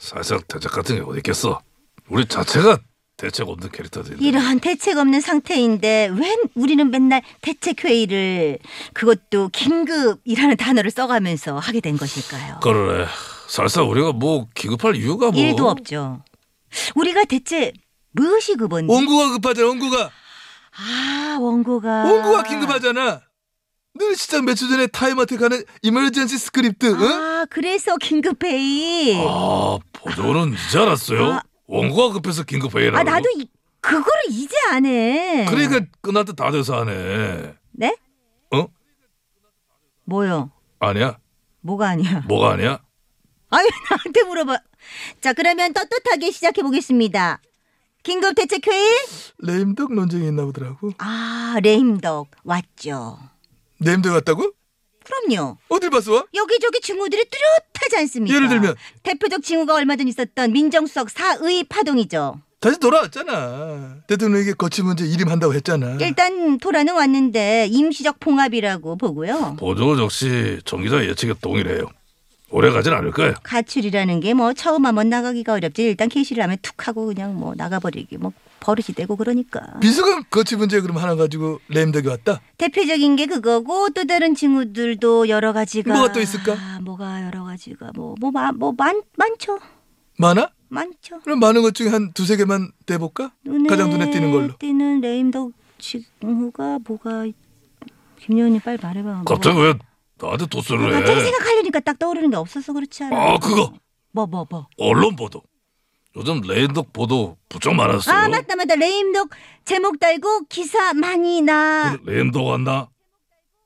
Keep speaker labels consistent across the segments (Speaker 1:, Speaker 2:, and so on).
Speaker 1: 사실상 대책 같은 게 어디 있겠어. 우리 자체가 대책 없는 캐릭터들인데
Speaker 2: 이런 대책 없는 상태인데 웬 우리는 맨날 대책 회의를 그것도 긴급이라는 단어를 써가면서 하게 된 것일까요?
Speaker 1: 그러네. 사실상 우리가 뭐 기급할 이유가 뭐
Speaker 2: 일도 없죠. 우리가 대체 무엇이 급한데?
Speaker 3: 원고가 급하잖아. 원고가.
Speaker 2: 아 원고가
Speaker 3: 원고가 긴급하잖아. 늘 시작 몇 주 전에 타임한테 가는 이머전시 스크립트. 응?
Speaker 2: 아 그래서 긴급 회의.
Speaker 3: 어.
Speaker 1: 아 보조는 이제 알았어요.
Speaker 2: 아.
Speaker 1: 원고가 급해서 긴급 회의라고.
Speaker 2: 아 나도 이, 그거를 이제 안 해.
Speaker 1: 그러니까 끝날 때 다 돼서 하네.
Speaker 2: 네?
Speaker 1: 어?
Speaker 2: 뭐요?
Speaker 1: 아니야?
Speaker 2: 뭐가 아니야?
Speaker 1: 뭐가 아니야?
Speaker 2: 아니 나한테 물어봐. 자 그러면 떳떳하게 시작해 보겠습니다. 긴급 대책 회의.
Speaker 3: 레임덕 논쟁이 있나 보더라고.
Speaker 2: 아 레임덕 왔죠.
Speaker 3: 레임덕 왔다고?
Speaker 2: 그럼요.
Speaker 3: 어딜 봤어? 와?
Speaker 2: 여기저기 징후들이 뚜렷하지 않습니까?
Speaker 3: 예를 들면?
Speaker 2: 대표적 징후가 얼마 전 있었던 민정수석 사의 파동이죠.
Speaker 3: 다시 돌아왔잖아. 대통령에게 거치 문제 이임한다고 했잖아.
Speaker 2: 일단 토라는 왔는데 임시적 봉합이라고 보고요.
Speaker 1: 보조 역시 정기자 예측에 동일해요. 오래 가진 않을 거예요.
Speaker 2: 가출이라는 게 뭐 처음 한번 나가기가 어렵지 일단 캐시를 하면 툭 하고 그냥 뭐 나가버리기 뭐 버릇이 되고 그러니까
Speaker 3: 비수금 거치 문제 그럼 하나 가지고 레임덕이 왔다.
Speaker 2: 대표적인 게 그거고 또 다른 징후들도 여러 가지가
Speaker 3: 뭐가 또 있을까?
Speaker 2: 아, 뭐가 여러 가지가 뭐뭐뭐 많 많죠
Speaker 3: 많아?
Speaker 2: 많죠
Speaker 3: 그럼 많은 것 중에 한 두세 개만 대볼까? 가장 눈에 띄는 걸로.
Speaker 2: 띄는 레임덕 징후가 뭐가 있- 김여은이 빨리 말해봐
Speaker 1: 갑자기 왜 나한테
Speaker 2: 뭐,
Speaker 1: 도스를 해?
Speaker 2: 갑자기 생각하려니까 딱 떠오르는 게 없어서 그렇지 않아
Speaker 1: 아 그거
Speaker 2: 뭐 뭐, 뭐.
Speaker 1: 언론 보도. 요즘 레인덕 보도 부쩍 많았어요.
Speaker 2: 아 맞다 맞다 레임덕 제목 달고 기사 많이 나
Speaker 1: 그 레임덕 왔나?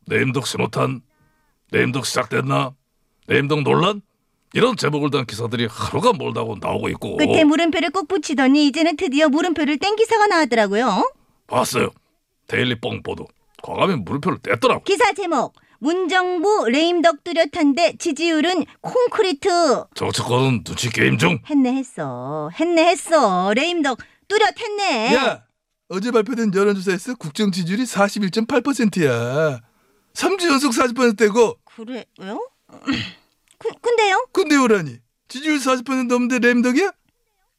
Speaker 1: 레임덕 신호탄? 레임덕 시작됐나? 레임덕 논란? 이런 제목을 단 기사들이 하루가 멀다고 나오고 있고
Speaker 2: 끝에 물음표를 꼭 붙이더니 이제는 드디어 물음표를 뗀 기사가 나왔더라고요.
Speaker 1: 봤어요. 데일리 뻥 보도. 과감히 물음표를 뗐더라고.
Speaker 2: 기사 제목 문정부 레임덕 뚜렷한데 지지율은 콘크리트
Speaker 1: 정치권은 눈치 게임 중.
Speaker 2: 했네 했어 했네 했어 레임덕 뚜렷했네.
Speaker 3: 야 어제 발표된 여론조사에서 국정 지지율이 41.8%야. 3주 연속 40%대고
Speaker 2: 그래요? 그, 근데요?
Speaker 3: 근데 오라니 지지율 40% 넘는데 레임덕이야?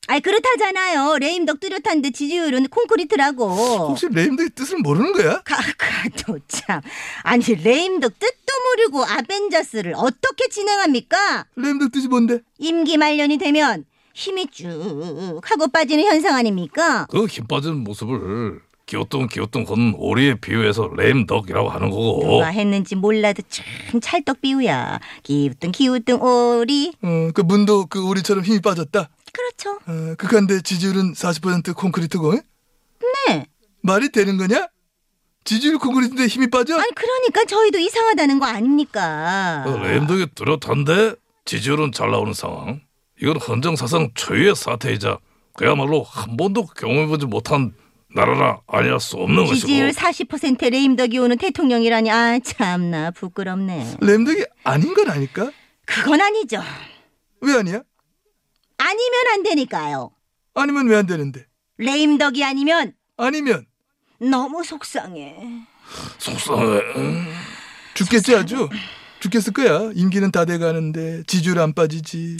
Speaker 2: 아이 그렇다잖아요. 레임덕 뚜렷한데 지지율은 콘크리트라고.
Speaker 3: 혹시 레임덕의 뜻을 모르는 거야?
Speaker 2: 카카도 참 아니 레임덕 뜻도 모르고 아벤져스를 어떻게 진행합니까?
Speaker 3: 레임덕 뜻이 뭔데?
Speaker 2: 임기 말년이 되면 힘이 쭉 하고 빠지는 현상 아닙니까?
Speaker 1: 그 힘 빠진 모습을 기어뚱 기어뚱 건 오리에 비유해서 레임덕이라고 하는 거고.
Speaker 2: 누가 했는지 몰라도 참 찰떡 비우야. 기우뚱 기우뚱 오리.
Speaker 3: 어, 그 문도 그 우리처럼 힘이 빠졌다.
Speaker 2: 그렇죠.
Speaker 3: 어, 극한대 지지율은 40% 콘크리트고. 응?
Speaker 2: 네.
Speaker 3: 말이 되는 거냐? 지지율 콘크리트인데 힘이 빠져?
Speaker 2: 아니 그러니까 저희도 이상하다는 거 아닙니까?
Speaker 1: 그 레임덕이 뚜렷한데 지지율은 잘 나오는 상황. 이건 헌정 사상 최유의 사태이자 그야말로 한 번도 경험해보지 못한 나라라 아니할 수 없는 것이고
Speaker 2: 지지율 40%에 레임덕이 오는 대통령이라니 아 참나 부끄럽네.
Speaker 3: 램덕이 아닌 건 아닐까?
Speaker 2: 그건 아니죠.
Speaker 3: 왜 아니야?
Speaker 2: 아니면 안 되니까요.
Speaker 3: 아니면 왜 안 되는데?
Speaker 2: 레임덕이 아니면
Speaker 3: 아니면
Speaker 2: 너무 속상해.
Speaker 1: 속상해. 응?
Speaker 3: 죽겠지 아주 죽겠을 거야. 임기는 다 돼가는데 지지율 안 빠지지.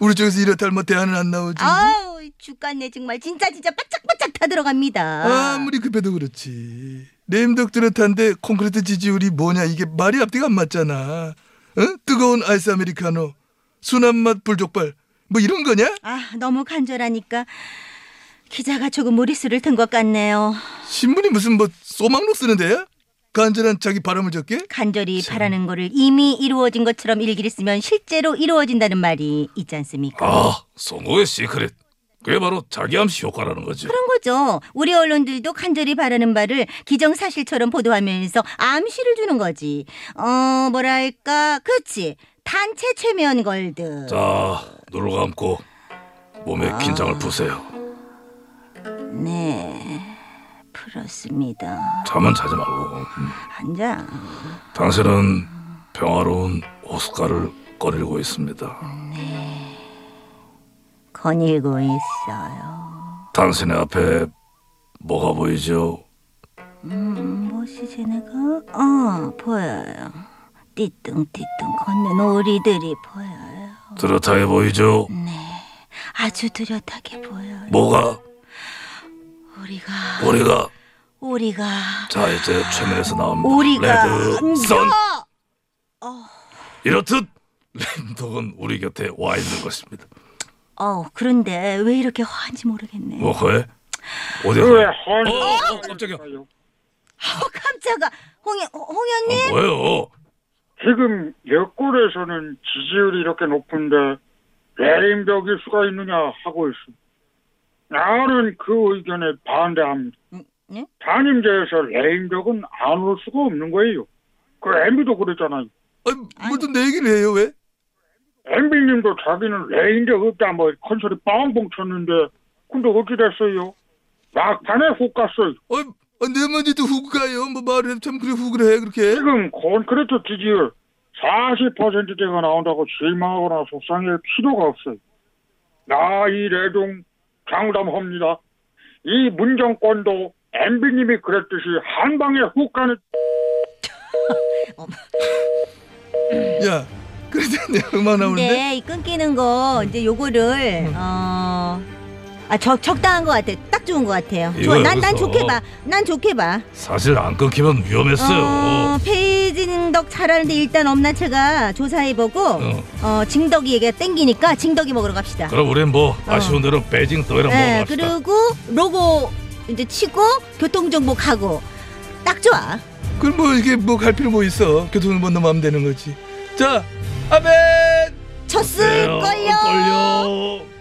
Speaker 3: 우리 쪽에서 이렇다 할뭐 대안은 안 나오지.
Speaker 2: 아우 주간내 정말 진짜 진짜 바짝바짝 다 들어갑니다.
Speaker 3: 아무리 급해도 그렇지. 레임덕 뚜렷한데 콘크리트 지지율이 뭐냐 이게 말이 앞뒤가 안 맞잖아. 응? 뜨거운 아이스 아메리카노, 순한 맛 불족발 뭐 이런 거냐?
Speaker 2: 아 너무 간절하니까 기자가 조금 무리수를 든 것 같네요.
Speaker 3: 신문이 무슨 뭐 소망록 쓰는데야? 간절한 자기 바람을 적게?
Speaker 2: 간절히 바라는 거를 이미 이루어진 것처럼 일기를 쓰면 실제로 이루어진다는 말이 있지 않습니까?
Speaker 1: 아, 성공의 시크릿. 그게 바로 자기암시 효과라는 거지.
Speaker 2: 그런 거죠. 우리 언론들도 간절히 바라는 바를 기정사실처럼 보도하면서 암시를 주는 거지. 어, 뭐랄까. 그렇지. 단체 최면 걸드.
Speaker 1: 자, 눈을 감고 몸의
Speaker 2: 아.
Speaker 1: 긴장을 푸세요.
Speaker 2: 네. 그렇습니다.
Speaker 1: 잠은 자지 말고. 음.
Speaker 2: 앉아.
Speaker 1: 당신은 평화로운 오스카를 거닐고 있습니다.
Speaker 2: 거닐고 있어요.
Speaker 1: 당신의 앞에 뭐가 보이죠?
Speaker 2: 음, 뭐시지 내가? 어, 보여요. 띠뚱띠뚱 걷는 오리들이 보여요.
Speaker 1: 뚜렷하게 보이죠?
Speaker 2: 아주 뚜렷하게 보여요.
Speaker 1: 뭐가?
Speaker 2: 우리가,
Speaker 1: 우리가
Speaker 2: 우리가,
Speaker 1: 자 이제 최면에서 나옵니다.
Speaker 2: 우리가.
Speaker 1: 레드 선
Speaker 2: 야!
Speaker 1: 이렇듯 랜덕은 우리 곁에 와 있는 것입니다.
Speaker 2: 어, 그런데 왜 이렇게 화한지 모르겠네.
Speaker 1: 뭐 그래? 어디야? 어, 어, 깜짝이야.
Speaker 2: 어, 깜짝아. 어, 홍현, 홍현님?
Speaker 1: 아, 뭐예요?
Speaker 4: 지금 여권에서는 지지율이 이렇게 높은데 레임덕일 수가 있느냐 하고 있습니다. 나는 그 의견에 반대합니다.
Speaker 2: 음, 네?
Speaker 4: 단임제에서 레임덕은 안 올 수가 없는 거예요. 그 MB도 그랬잖아요.
Speaker 3: 아니, 뭐 뭘또 내 얘기를 해요 왜?
Speaker 4: MB님도 자기는 레임덕 없다 뭐 컨설이 빵뻥 쳤는데 근데 어찌 됐어요? 막판에 훅 갔어요.
Speaker 3: 어, 어, 내 먼지도 후가요. 뭐 말을 해도 참 그래 후그래 해 그렇게.
Speaker 4: 지금 콘크리트 지지율 40%대가 나온다고 실망하거나 속상할 필요가 없어요. 나 이 레동 장담합니다. 이 문정권도 MB님이 그랬듯이 한 방에 훅 가는
Speaker 3: 야, 그래서 내 음악 나오는데
Speaker 2: 근데 네, 이 끊기는 거, 이제
Speaker 1: 음.
Speaker 2: 요거를, 어, 아, 적, 적당한 것 같아. 딱 좋은 것 같아요. 좋아.
Speaker 1: 이거야, 어.
Speaker 2: 난, 난
Speaker 1: 그래서.
Speaker 2: 좋게 봐. 난 좋게 봐.
Speaker 1: 사실 안 끊기면 위험했어요.
Speaker 2: 어, 페이징덕 잘하는데 일단 없나 제가 조사해보고, 어,
Speaker 1: 어.
Speaker 2: 징덕이 얘기가 땡기니까 징덕이 먹으러 갑시다.
Speaker 1: 그럼 우린 뭐 아쉬운 대로 베이징 떠이랑
Speaker 2: 네,
Speaker 1: 먹어봅시다.
Speaker 2: 그리고 로고 이제 치고 교통정보 가고. 딱 좋아.
Speaker 3: 그럼 뭐 이게 뭐 갈 필요 뭐 있어? 교통을 못 넘어가면 되는 거지. 자, 아멘.
Speaker 2: 쳤을걸요.
Speaker 1: 네, 어, 걸려.